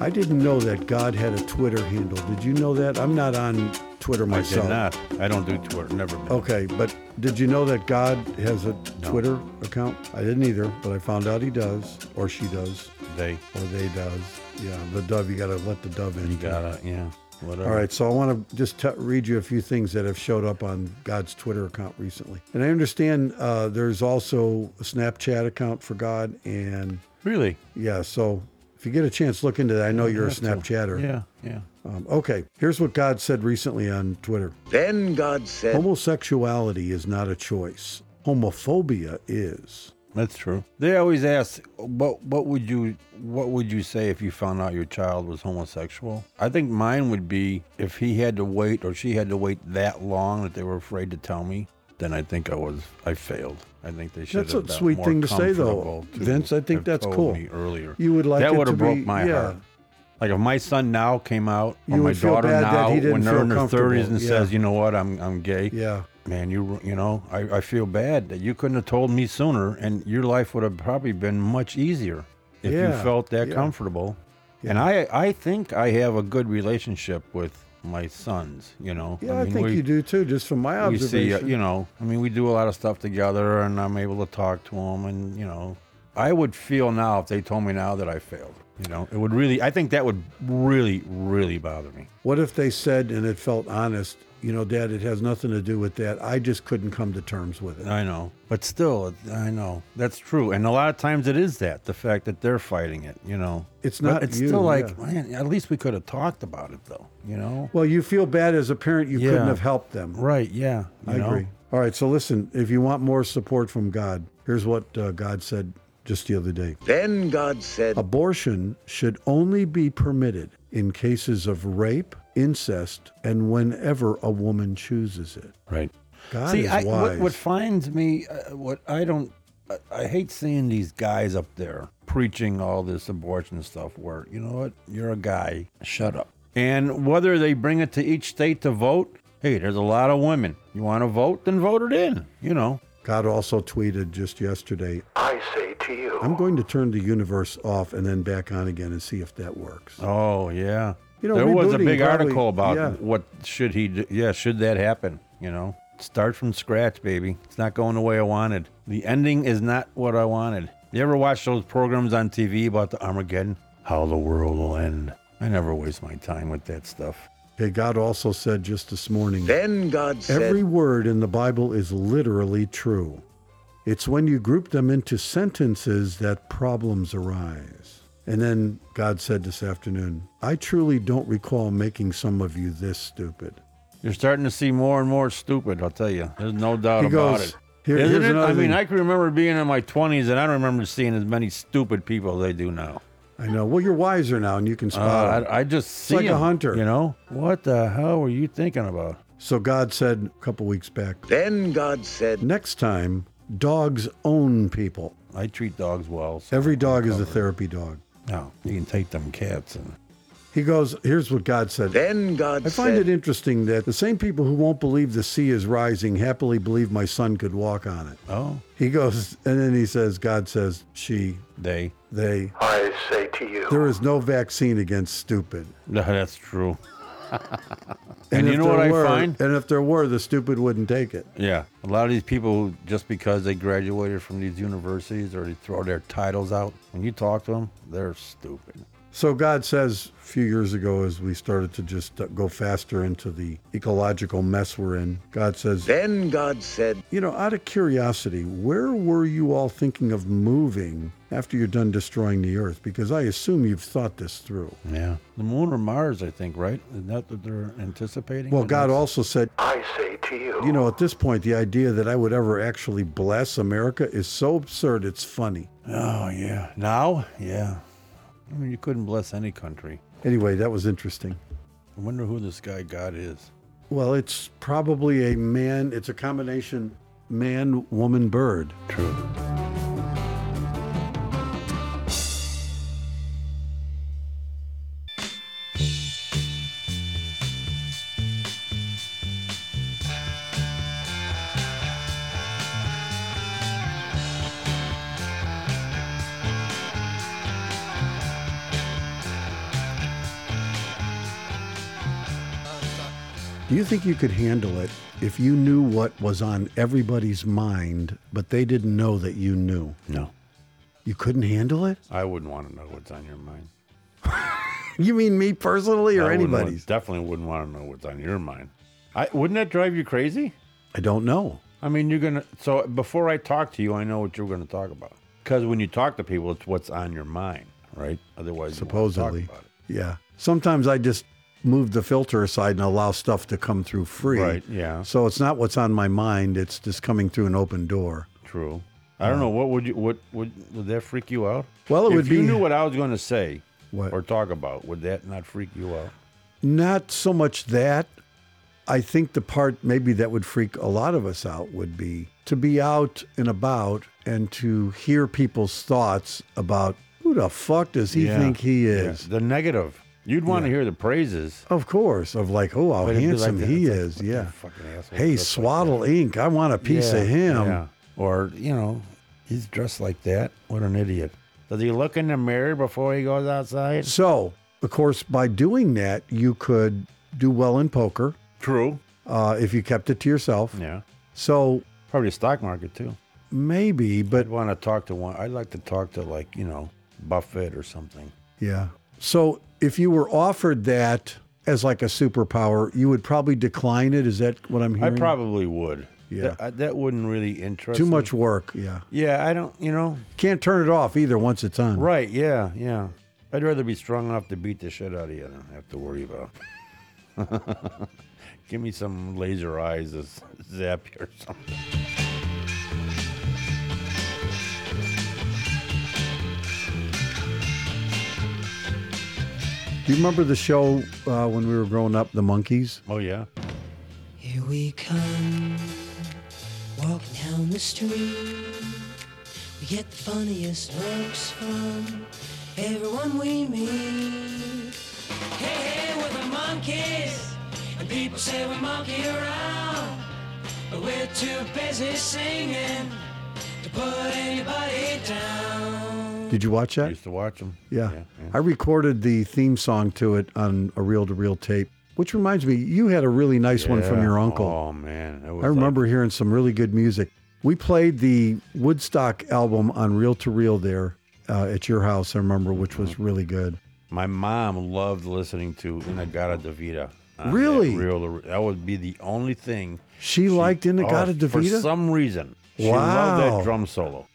Speaker 2: I didn't know that God had a Twitter handle. Did you know that? I'm not on Twitter
Speaker 1: I did
Speaker 2: myself.
Speaker 1: not. I don't do Twitter. Never been.
Speaker 2: Okay, but did you know that God has a Twitter account? I didn't either, but I found out he does, or she does,
Speaker 1: They.
Speaker 2: or they does. Yeah, the dove. You got to let the dove in.
Speaker 1: You gotta, yeah. Whatever.
Speaker 2: All right, so I want to just t- read you a few things that have showed up on God's Twitter account recently. And I understand uh, there's also a Snapchat account for God. And
Speaker 1: Really?
Speaker 2: yeah, so if you get a chance, look into that. I know you're a
Speaker 1: have to.
Speaker 2: Snapchatter.
Speaker 1: Yeah, yeah.
Speaker 2: Um, okay, here's what God said recently on Twitter
Speaker 3: Then God said,
Speaker 2: Homosexuality is not a choice, homophobia is.
Speaker 1: That's true. They always ask, "What what would you what would you say if you found out your child was homosexual?" I think mine would be if he had to wait or she had to wait that long that they were afraid to tell me. Then I think I was I failed. I think they should.
Speaker 2: That's
Speaker 1: have
Speaker 2: a
Speaker 1: been
Speaker 2: sweet
Speaker 1: more
Speaker 2: thing to say, though.
Speaker 1: comfortable to
Speaker 2: Vince, I think
Speaker 1: have
Speaker 2: that's
Speaker 1: told
Speaker 2: cool.
Speaker 1: Me earlier,
Speaker 2: You would like
Speaker 1: that
Speaker 2: it
Speaker 1: would
Speaker 2: to
Speaker 1: have broke
Speaker 2: be-
Speaker 1: my
Speaker 2: yeah.
Speaker 1: heart. Like if my son now came out, or
Speaker 2: You
Speaker 1: my
Speaker 2: would feel
Speaker 1: daughter
Speaker 2: bad that
Speaker 1: now,
Speaker 2: he didn't
Speaker 1: when they're in their
Speaker 2: feel
Speaker 1: thirties, and
Speaker 2: comfortable.
Speaker 1: says,
Speaker 2: Yeah.
Speaker 1: "You know what? I'm I'm gay."
Speaker 2: Yeah.
Speaker 1: man, you you know, I, I feel bad that you couldn't have told me sooner, and your life would have probably been much easier if
Speaker 2: Yeah,
Speaker 1: you felt that
Speaker 2: yeah.
Speaker 1: comfortable. And I I think I have a good relationship with my sons. You know,
Speaker 2: Yeah, I, think
Speaker 1: we,
Speaker 2: you do too, just from my
Speaker 1: We see,
Speaker 2: observation.
Speaker 1: uh, you know, I mean, we do a lot of stuff together, and I'm able to talk to them, and you know, I would feel now if they told me now that I failed. You know, it would really, I think that would really, really bother me.
Speaker 2: What if they said and it felt honest, you know, Dad, it has nothing to do with that. I just couldn't come to terms with it.
Speaker 1: I know, but still, it- I know that's true. And a lot of times it is that the fact that they're fighting it, you know,
Speaker 2: It's
Speaker 1: But
Speaker 2: not
Speaker 1: it's
Speaker 2: you,
Speaker 1: still like,
Speaker 2: yeah.
Speaker 1: man, at least we could have talked about it, though, you know.
Speaker 2: Well, you feel bad as a parent you couldn't
Speaker 1: Yeah.
Speaker 2: have helped them.
Speaker 1: Right? Yeah, you
Speaker 2: I
Speaker 1: know?
Speaker 2: agree. All right, so listen, if you want more support from God, here's what uh, God said just the other day.
Speaker 3: Then God said,
Speaker 2: Abortion should only be permitted in cases of rape, incest, and whenever a woman chooses it.
Speaker 1: Right.
Speaker 2: God
Speaker 1: See,
Speaker 2: is
Speaker 1: I,
Speaker 2: wise.
Speaker 1: what, what finds me, uh, what I don't, I, I hate seeing these guys up there preaching all this abortion stuff. Where you know what, you're a guy, shut up. And whether they bring it to each state to vote, hey, there's a lot of women. You want to vote, then vote it in. You know.
Speaker 2: God also tweeted just yesterday I say to you, I'm going to turn the universe off and then back on again and see if that works.
Speaker 1: Oh yeah,
Speaker 2: You know,
Speaker 1: there was a
Speaker 2: rebooting
Speaker 1: big
Speaker 2: probably-
Speaker 1: article about
Speaker 2: yeah.
Speaker 1: what should he do. Yeah, should that happen? You know, start from scratch, baby. It's not going the way I wanted. The ending is not what I wanted. You ever watch those programs on TV about the Armageddon? How the world will end. I never waste my time with that stuff.
Speaker 2: Okay, God also said just this morning
Speaker 3: Then God said,
Speaker 2: every word in the Bible is literally true. It's when you group them into sentences that problems arise. And then God said this afternoon, I truly don't recall making some of you this stupid.
Speaker 1: You're starting to see more and more stupid. I'll tell you. There's no doubt
Speaker 2: He
Speaker 1: about
Speaker 2: goes,
Speaker 1: it.
Speaker 2: "Here-
Speaker 1: Isn't
Speaker 2: here's
Speaker 1: it?
Speaker 2: another
Speaker 1: I mean,
Speaker 2: thing."
Speaker 1: I can remember being in my 20s, and I don't remember seeing as many stupid people as they do now.
Speaker 2: I know. Well, you're wiser now and you can spot it.
Speaker 1: Uh, I, I just see
Speaker 2: Oh. like a
Speaker 1: 'em,
Speaker 2: hunter.
Speaker 1: You know what the hell were you thinking about?
Speaker 2: So God said a couple weeks back,
Speaker 3: Then God said,
Speaker 2: next time, dogs own people.
Speaker 1: I treat dogs well. so
Speaker 2: Every
Speaker 1: I'm
Speaker 2: dog is a
Speaker 1: covered.
Speaker 2: therapy dog.
Speaker 1: No, you can take them cats and
Speaker 2: He goes, here's what God said.
Speaker 3: Then God
Speaker 2: I find
Speaker 3: said,
Speaker 2: it interesting that the same people who won't believe the sea is rising happily believe my son could walk on it.
Speaker 1: oh
Speaker 2: He goes, and then he says, God says, she,
Speaker 1: they.
Speaker 2: they. I say to you, there is no vaccine against stupid.
Speaker 1: No, that's true. And you
Speaker 2: if
Speaker 1: know what
Speaker 2: there
Speaker 1: I
Speaker 2: were-
Speaker 1: find?
Speaker 2: And if there were, the stupid wouldn't take it.
Speaker 1: Yeah, a lot of these people who- just because they graduated from these universities or they throw their titles out when you talk to them, they're stupid.
Speaker 2: So God says a few years ago, as we started to just uh, go faster into the ecological mess we're in, God says,
Speaker 3: Then God said,
Speaker 2: You know, out of curiosity, where were you all thinking of moving after you're done destroying the earth? Because I assume you've thought this through.
Speaker 1: Yeah, the moon or Mars, I think, right? Isn't that what they're anticipating?
Speaker 2: Well,
Speaker 1: And
Speaker 2: God
Speaker 1: that's-
Speaker 2: also said, I say to you. You know, at this point, the idea that I would ever actually bless America is so absurd, it's funny.
Speaker 1: Oh yeah, now yeah. I mean, you couldn't bless any country.
Speaker 2: Anyway, that was interesting.
Speaker 1: I wonder who this guy God is.
Speaker 2: Well, it's probably a man, it's a combination man, woman, bird.
Speaker 1: True.
Speaker 2: Do you think you could handle it if you knew what was on everybody's mind, but they didn't know that you knew?
Speaker 1: No.
Speaker 2: You couldn't handle it?
Speaker 1: I wouldn't want to know what's on your mind.
Speaker 2: You mean me personally or
Speaker 1: I wouldn't wa-
Speaker 2: anybody's?
Speaker 1: definitely wouldn't want to know what's on your mind. I wouldn't that drive you crazy?
Speaker 2: I don't know.
Speaker 1: I mean, you're gonna. So before I talk to you, I know what you're gonna talk about. Because when you talk to people, it's what's on your mind, right? Otherwise, you won't talk
Speaker 2: Supposedly.
Speaker 1: about it.
Speaker 2: Yeah. Sometimes I just move the filter aside and allow stuff to come through free.
Speaker 1: Right, yeah.
Speaker 2: So it's not what's on my mind, it's just coming through an open door.
Speaker 1: True. I don't know. What would you? What would would that freak you out?
Speaker 2: Well, it
Speaker 1: if
Speaker 2: would
Speaker 1: you
Speaker 2: be-
Speaker 1: knew what I was going to say
Speaker 2: What?
Speaker 1: or talk about, would that not freak you out?
Speaker 2: Not so much that. I think the part maybe that would freak a lot of us out would be to be out and about and to hear people's thoughts about who the fuck does he think he is?
Speaker 1: the negative. You'd want to hear the praises.
Speaker 2: Of course, of like, oh, how
Speaker 1: But it'd be like
Speaker 2: handsome
Speaker 1: that. It's
Speaker 2: he
Speaker 1: like,
Speaker 2: is.
Speaker 1: what the
Speaker 2: yeah.
Speaker 1: fucking asshole
Speaker 2: Hey,
Speaker 1: dressed like
Speaker 2: Swaddle Inc. I want a piece of him.
Speaker 1: yeah. Or you know, he's dressed like that. What an idiot! Does he look in the mirror before he goes outside?
Speaker 2: So, of course, by doing that, you could do well in poker
Speaker 1: True.
Speaker 2: uh, if you kept it to yourself.
Speaker 1: Yeah.
Speaker 2: So
Speaker 1: Probably stock market too.
Speaker 2: maybe, but
Speaker 1: I'd want to talk to one. I'd like to talk to like you know Buffett or something.
Speaker 2: yeah. So if you were offered that as like a superpower, you would probably decline it. Is that what I'm hearing?
Speaker 1: I probably would.
Speaker 2: Mm-hmm. Yeah.
Speaker 1: That, I- that wouldn't really interest
Speaker 2: too
Speaker 1: me.
Speaker 2: much work. Yeah,
Speaker 1: Yeah, I don't. You know.
Speaker 2: can't turn it off either once it's on.
Speaker 1: Right. Yeah. Yeah. I'd rather be strong enough to beat the shit out of you than have to worry about. Give me some laser eyes to s- zap you or something.
Speaker 2: Do you remember the show uh, when we were growing up, The Monkeys?
Speaker 1: Oh yeah.
Speaker 9: Here we come, walking down the street. We get the funniest looks from everyone we meet. Hey, hey, we're the monkeys, and people say we monkey around. But we're too busy singing to put anybody down.
Speaker 2: Did you watch
Speaker 1: I
Speaker 2: that?
Speaker 1: used to watch them.
Speaker 2: Yeah.
Speaker 1: yeah.
Speaker 2: I recorded the theme song to it on a reel to reel tape, which reminds me, you had a really nice one from
Speaker 1: Yeah.
Speaker 2: your uncle.
Speaker 1: Oh man, It was
Speaker 2: I
Speaker 1: like-
Speaker 2: remember hearing some really good music. We played the Woodstock album on reel to reel there uh, at your house, I remember, which was
Speaker 1: Mm-hmm.
Speaker 2: really good.
Speaker 1: my mom loved listening to Inagata Davida. on that
Speaker 2: Really?
Speaker 1: reel- that would be the only thing
Speaker 2: She, liked Inagata
Speaker 1: oh,
Speaker 2: Davida?
Speaker 1: for some reason. She loved
Speaker 2: Wow.
Speaker 1: that drum solo.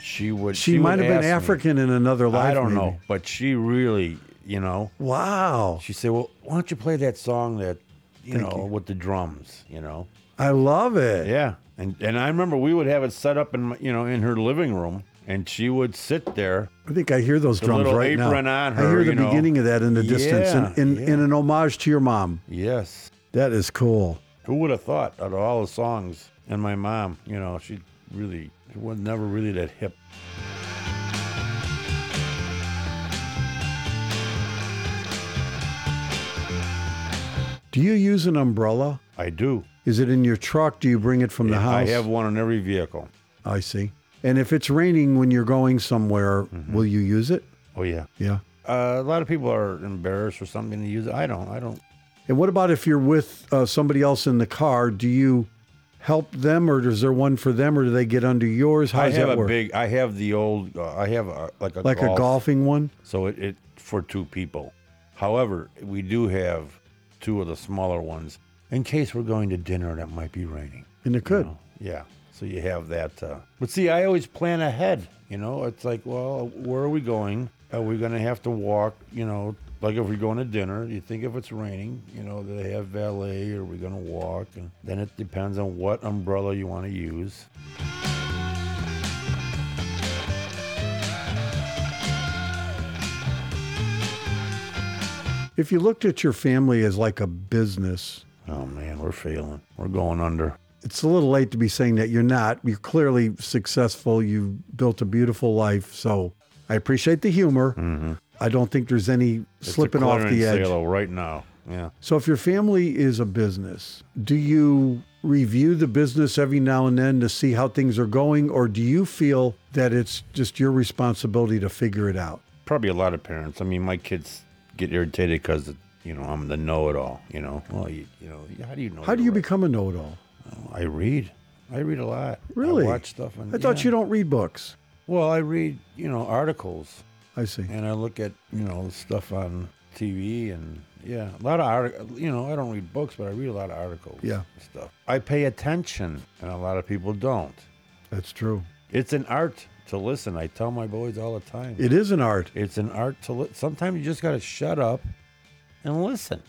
Speaker 1: She would.
Speaker 2: she,
Speaker 1: would
Speaker 2: might have been
Speaker 1: ask me.
Speaker 2: African in another life.
Speaker 1: I don't
Speaker 2: maybe.
Speaker 1: know, but she really, you know,
Speaker 2: Wow.
Speaker 1: she said, "Well, why don't you play that song that, you know,
Speaker 2: you.
Speaker 1: with the drums, you know?"
Speaker 2: I love it.
Speaker 1: Yeah, and and I remember we would have it set up in my- you know in her living room, and she would sit there.
Speaker 2: I think I hear those
Speaker 1: The
Speaker 2: drums
Speaker 1: little
Speaker 2: right
Speaker 1: apron
Speaker 2: now.
Speaker 1: on
Speaker 2: I
Speaker 1: her,
Speaker 2: hear the
Speaker 1: you know.
Speaker 2: beginning of that in the distance
Speaker 1: Yeah,
Speaker 2: in, in,
Speaker 1: yeah.
Speaker 2: in an homage to your mom.
Speaker 1: Yes,
Speaker 2: That is cool.
Speaker 1: who would have thought out of all the songs? And my mom, you know, she really she was never really that hip.
Speaker 2: Do you use an umbrella?
Speaker 1: I do.
Speaker 2: Is it in your truck? Do you bring it from the
Speaker 1: I
Speaker 2: house?
Speaker 1: have one in every vehicle.
Speaker 2: I see. And if it's raining when you're going somewhere,
Speaker 1: Mm-hmm.
Speaker 2: will you use it?
Speaker 1: Oh yeah.
Speaker 2: Yeah.
Speaker 1: Uh, a lot of people are embarrassed or something to use it. I don't. I don't.
Speaker 2: And what about if you're with uh, somebody else in the car? Do you help them, or is there one for them, or do they get under yours? How
Speaker 1: I
Speaker 2: does
Speaker 1: have
Speaker 2: that
Speaker 1: a
Speaker 2: work?
Speaker 1: big. I have the old. Uh, I have a, like a
Speaker 2: like a golfing one?
Speaker 1: So it, it for two people. However, we do have two of the smaller ones in case we're going to dinner and it might be raining.
Speaker 2: And it could.
Speaker 1: you know? Yeah. So you have that. Uh, but see, I always plan ahead. You know, it's like, well, where are we going? Are we going to have to walk? You know, like if we're going to dinner, you think if it's raining, you know, do they have valet? Are we going to walk? And then it depends on what umbrella you want to use.
Speaker 2: If you looked at your family as like a business,
Speaker 1: Oh man, we're failing. We're going under.
Speaker 2: it's a little late to be saying that you're not. You're clearly successful. You've built a beautiful life. So I appreciate the humor. I don't think there's any
Speaker 1: Mm-hmm. It's a
Speaker 2: slipping off the
Speaker 1: clearance
Speaker 2: edge.
Speaker 1: sale right now. Yeah.
Speaker 2: So if your family is a business, do you review the business every now and then to see how things are going, or do you feel that it's just your responsibility to figure it out?
Speaker 1: probably a lot of parents. I mean, my kids get irritated because you know I'm the know-it-all. You know, well, you, you know, how do you know?
Speaker 2: How do
Speaker 1: you're
Speaker 2: you
Speaker 1: right?
Speaker 2: become a know-it-all?
Speaker 1: I read. I read a lot.
Speaker 2: Really?
Speaker 1: I watch stuff. On,
Speaker 2: I thought you don't read books.
Speaker 1: Well, I read you know articles
Speaker 2: I see.
Speaker 1: and I look at you know stuff on TV and yeah, a lot of art. You know, I don't read books, but I read a lot of articles.
Speaker 2: Yeah.
Speaker 1: and stuff. I pay attention, and a lot of people don't.
Speaker 2: That's true.
Speaker 1: It's an art to listen. I tell my boys all the time.
Speaker 2: It is an art.
Speaker 1: It's an art to li- sometimes you just got to shut up and listen.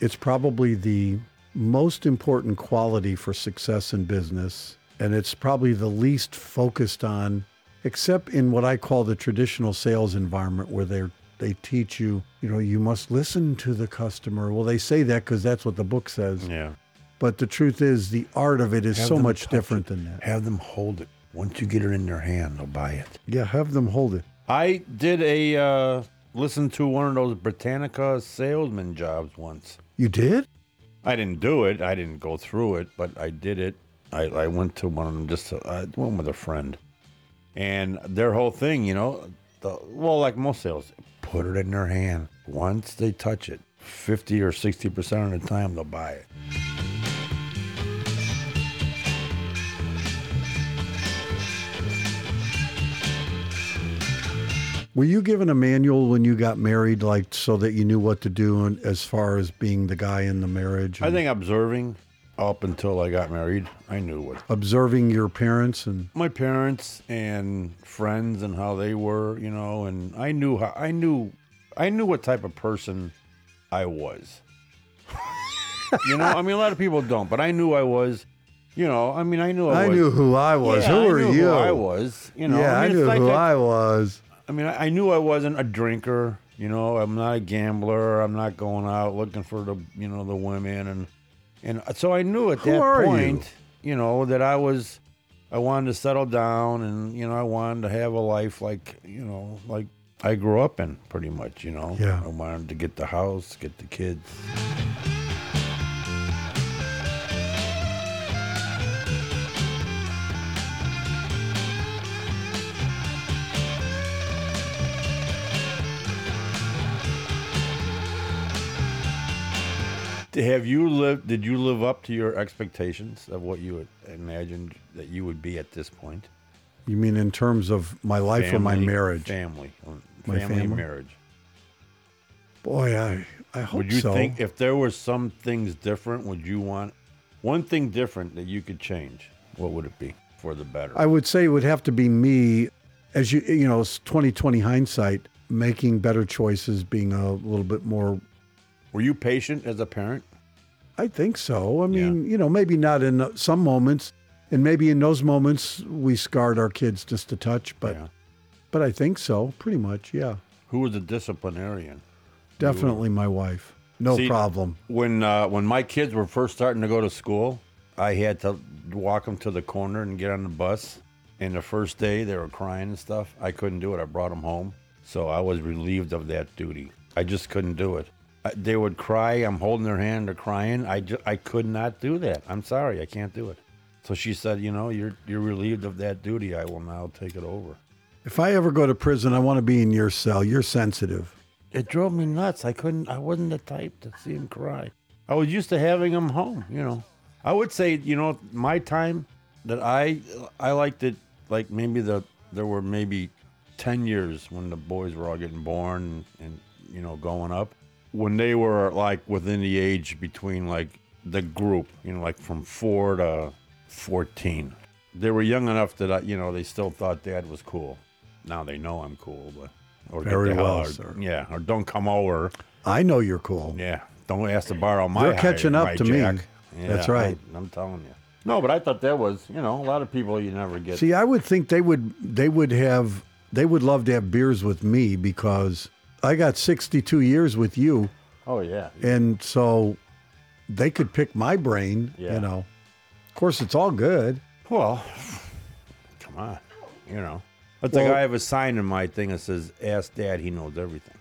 Speaker 2: It's probably the most important quality for success in business, and it's probably the least focused on, except in what I call the traditional sales environment where they're they teach you, you know, you must listen to the customer. Well, they say that because that's what the book says.
Speaker 1: Yeah.
Speaker 2: But the truth is, the art of it is
Speaker 1: Have
Speaker 2: so
Speaker 1: them
Speaker 2: much
Speaker 1: touch
Speaker 2: different
Speaker 1: it.
Speaker 2: than that.
Speaker 1: Have them hold it. Once you get it in their hand, they'll buy it.
Speaker 2: Yeah, have them hold it.
Speaker 1: I did a uh, listen to one of those Britannica salesman jobs once.
Speaker 2: You did?
Speaker 1: I didn't do it. I didn't go through it, but I did it. I, I went to one of them just to, I went with a friend, and their whole thing, you know, the, well, like most sales, put it in their hand. Once they touch it, fifty or sixty percent of the time they'll buy it.
Speaker 2: Were you given a manual when you got married, like so that you knew what to do and as far as being the guy in the marriage?
Speaker 1: I
Speaker 2: and
Speaker 1: think observing up until I got married, I knew what
Speaker 2: observing your parents and
Speaker 1: my parents and friends and how they were, you know, and I knew how I knew I knew what type of person I was. you know, I mean a lot of people don't, but I knew I was, you know, I mean I knew I,
Speaker 2: I
Speaker 1: was.
Speaker 2: knew who I was.
Speaker 1: Yeah,
Speaker 2: who
Speaker 1: I
Speaker 2: were
Speaker 1: knew
Speaker 2: you?
Speaker 1: I was, you know.
Speaker 2: yeah, I,
Speaker 1: mean, it's
Speaker 2: knew
Speaker 1: like
Speaker 2: who
Speaker 1: that-
Speaker 2: I was.
Speaker 1: I mean, I I knew I wasn't a drinker. You know, I'm not a gambler. I'm not going out looking for the you know the women and and so I knew at
Speaker 2: Who
Speaker 1: that
Speaker 2: are you?
Speaker 1: point, you? know, that I was I wanted to settle down and you know I wanted to have a life like you know like I grew up in pretty much. You know,
Speaker 2: Yeah.
Speaker 1: I wanted to get the house, get the kids. Have you lived? Did you live up to your expectations of what you had imagined that you would be at this point?
Speaker 2: You mean in terms of my life or my marriage?
Speaker 1: family,
Speaker 2: My
Speaker 1: family,
Speaker 2: family?
Speaker 1: family, marriage.
Speaker 2: Boy, I I hope
Speaker 1: Would you
Speaker 2: so.
Speaker 1: think if there were some things different, would you want one thing different that you could change? What would it be for the better?
Speaker 2: I would say it would have to be me, as you you know, it's 2020 hindsight, making better choices, being a little bit more.
Speaker 1: Were you patient as a parent?
Speaker 2: I think so. I
Speaker 1: Yeah.
Speaker 2: mean, you know, maybe not in uh, some moments, and maybe in those moments we scarred our kids just a touch, but
Speaker 1: Yeah.
Speaker 2: but I think so, pretty much. Yeah,
Speaker 1: Who was a disciplinarian?
Speaker 2: definitely my wife. No
Speaker 1: See,
Speaker 2: problem.
Speaker 1: When uh, when my kids were first starting to go to school, I had to walk them to the corner and get on the bus. And the first day they were crying and stuff. I couldn't do it. I brought them home, so I was relieved of that duty. I just couldn't do it. I, they would cry. I'm holding their hand. They're crying. I ju- I could not do that. I'm sorry. I can't do it. So she said, you know, you're you're relieved of that duty. I will now take it over.
Speaker 2: If I ever go to prison, I want to be in your cell. You're sensitive.
Speaker 1: It drove me nuts. I couldn't. I wasn't the type to see him cry. I was used to having him home. You know, I would say, you know, my time that I I liked it. Like maybe the there were maybe ten years when the boys were all getting born and, and you know going up when they were like within the age between like the group, you know, like from four to 14. They were young enough that, I, you know, they still thought dad was cool. Now they know I'm cool, but. Or get
Speaker 2: Very
Speaker 1: the hell
Speaker 2: well,
Speaker 1: out-
Speaker 2: sir.
Speaker 1: Yeah, or don't come over.
Speaker 2: I know you're cool.
Speaker 1: Yeah, don't ask to borrow my.
Speaker 2: They're
Speaker 1: hide,
Speaker 2: catching up
Speaker 1: my
Speaker 2: to me.
Speaker 1: jack. Yeah,
Speaker 2: That's right.
Speaker 1: I'm, I'm telling you. No, but I thought that was, you know, a lot of people you never get.
Speaker 2: See, I would think they would they would have they would love to have beers with me because I got 62 years with you,
Speaker 1: oh yeah,
Speaker 2: and so they could pick my brain.
Speaker 1: Yeah.
Speaker 2: You know, of course, it's all good.
Speaker 1: Well, come on. You know. But
Speaker 2: Well-
Speaker 1: like I have a sign in my thing that says, Ask Dad, he knows everything.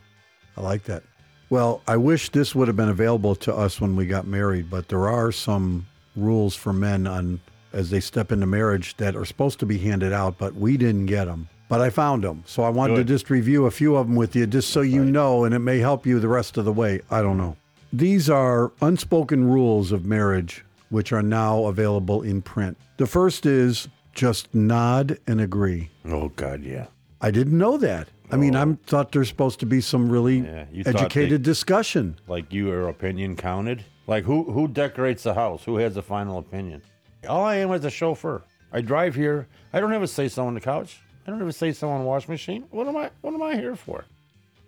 Speaker 2: I like that. Well, I wish this would have been available to us when we got married, but there are some rules for men on as they step into marriage that are supposed to be handed out, but we didn't get them. But I found them, so I wanted
Speaker 1: Good.
Speaker 2: to just review a few of them with you, just so you know, and it may help you the rest of the way. I don't know. These are unspoken rules of marriage, which are now available in print. The first is just nod and agree.
Speaker 1: Oh God, yeah.
Speaker 2: I didn't know that. I mean, I'm thought there's supposed to be some really
Speaker 1: Oh. Yeah, you thought
Speaker 2: educated discussion.
Speaker 1: Like your opinion counted. Like who who decorates the house? Who has the final opinion? All I am is a chauffeur. I drive here. I don't ever say so on the couch. I don't ever say so on the wash machine. What am I what am I here for?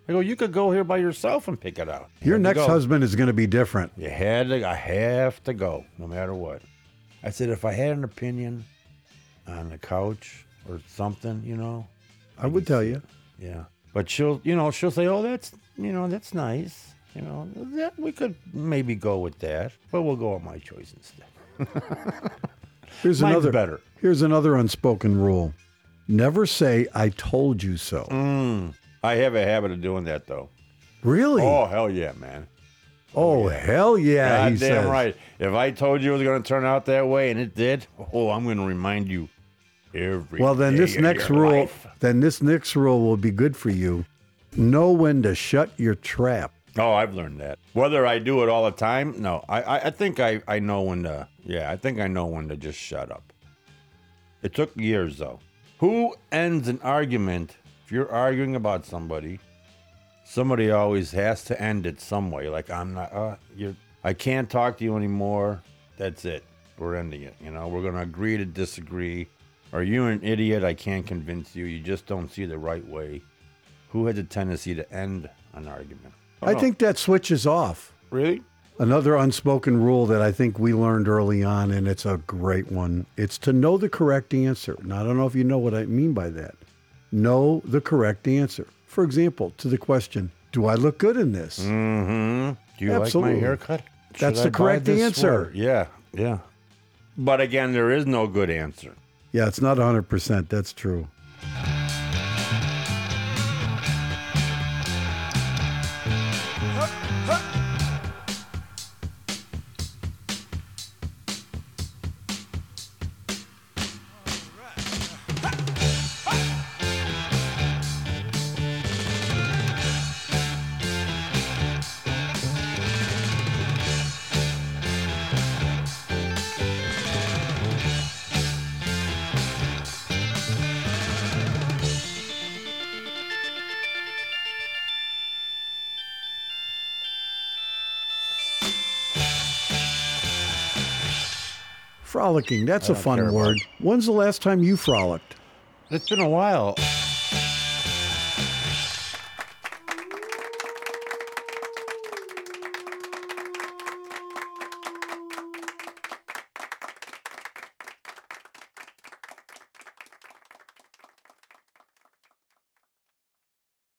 Speaker 1: I go, you could go here by yourself and pick it out.
Speaker 2: Your
Speaker 1: Had to
Speaker 2: next
Speaker 1: go.
Speaker 2: husband is going to be different.
Speaker 1: You had to. I have to go, no matter what. I said if I had an opinion on the couch or something, you know,
Speaker 2: I would tell you.
Speaker 1: yeah. But she'll, you know, she'll say, "Oh, that's, you know, that's nice. You know, that we could maybe go with that, but we'll go with my choice instead."
Speaker 2: Here's
Speaker 1: Mine's
Speaker 2: another
Speaker 1: better.
Speaker 2: Here's another unspoken rule. Never say I told you so.
Speaker 1: Mm. I have a habit of doing that though.
Speaker 2: Really?
Speaker 1: Oh hell yeah, man!
Speaker 2: Oh, hell yeah.
Speaker 1: God
Speaker 2: he
Speaker 1: damn
Speaker 2: says.
Speaker 1: right. If I told you it was going to turn out that way and it did, oh, I'm going to remind you every.
Speaker 2: Well, then
Speaker 1: day
Speaker 2: this
Speaker 1: of
Speaker 2: next
Speaker 1: your
Speaker 2: rule
Speaker 1: life.
Speaker 2: then this next rule will be good for you. Know when to shut your trap.
Speaker 1: Oh, I've learned that. Whether I do it all the time, no. I, I, I think I, I know when to, yeah, I think I know when to just shut up. It took years, though. Who ends an argument? If you're arguing about somebody, somebody always has to end it some way. Like, I'm not, uh, you're, I can't talk to you anymore. That's it. We're ending it. You know, we're going to agree to disagree. Are you an idiot? I can't convince you. You just don't see the right way. Who has a tendency to end an argument?
Speaker 2: I think that switches off.
Speaker 1: Really?
Speaker 2: Another unspoken rule that I think we learned early on, and it's a great one, it's to know the correct answer. And I don't know if you know what I mean by that. Know the correct answer. For example, to the question, Do I look good in this?
Speaker 1: Mm-hmm. Do you
Speaker 2: Absolutely.
Speaker 1: like my haircut? Should
Speaker 2: That's the
Speaker 1: I buy
Speaker 2: correct
Speaker 1: this
Speaker 2: answer.
Speaker 1: sweater? Yeah, yeah. But again, there is no good answer.
Speaker 2: Yeah, it's not 100%. That's true. Frolicking, that's a fun word. When's the last time you frolicked?
Speaker 1: It's been a while.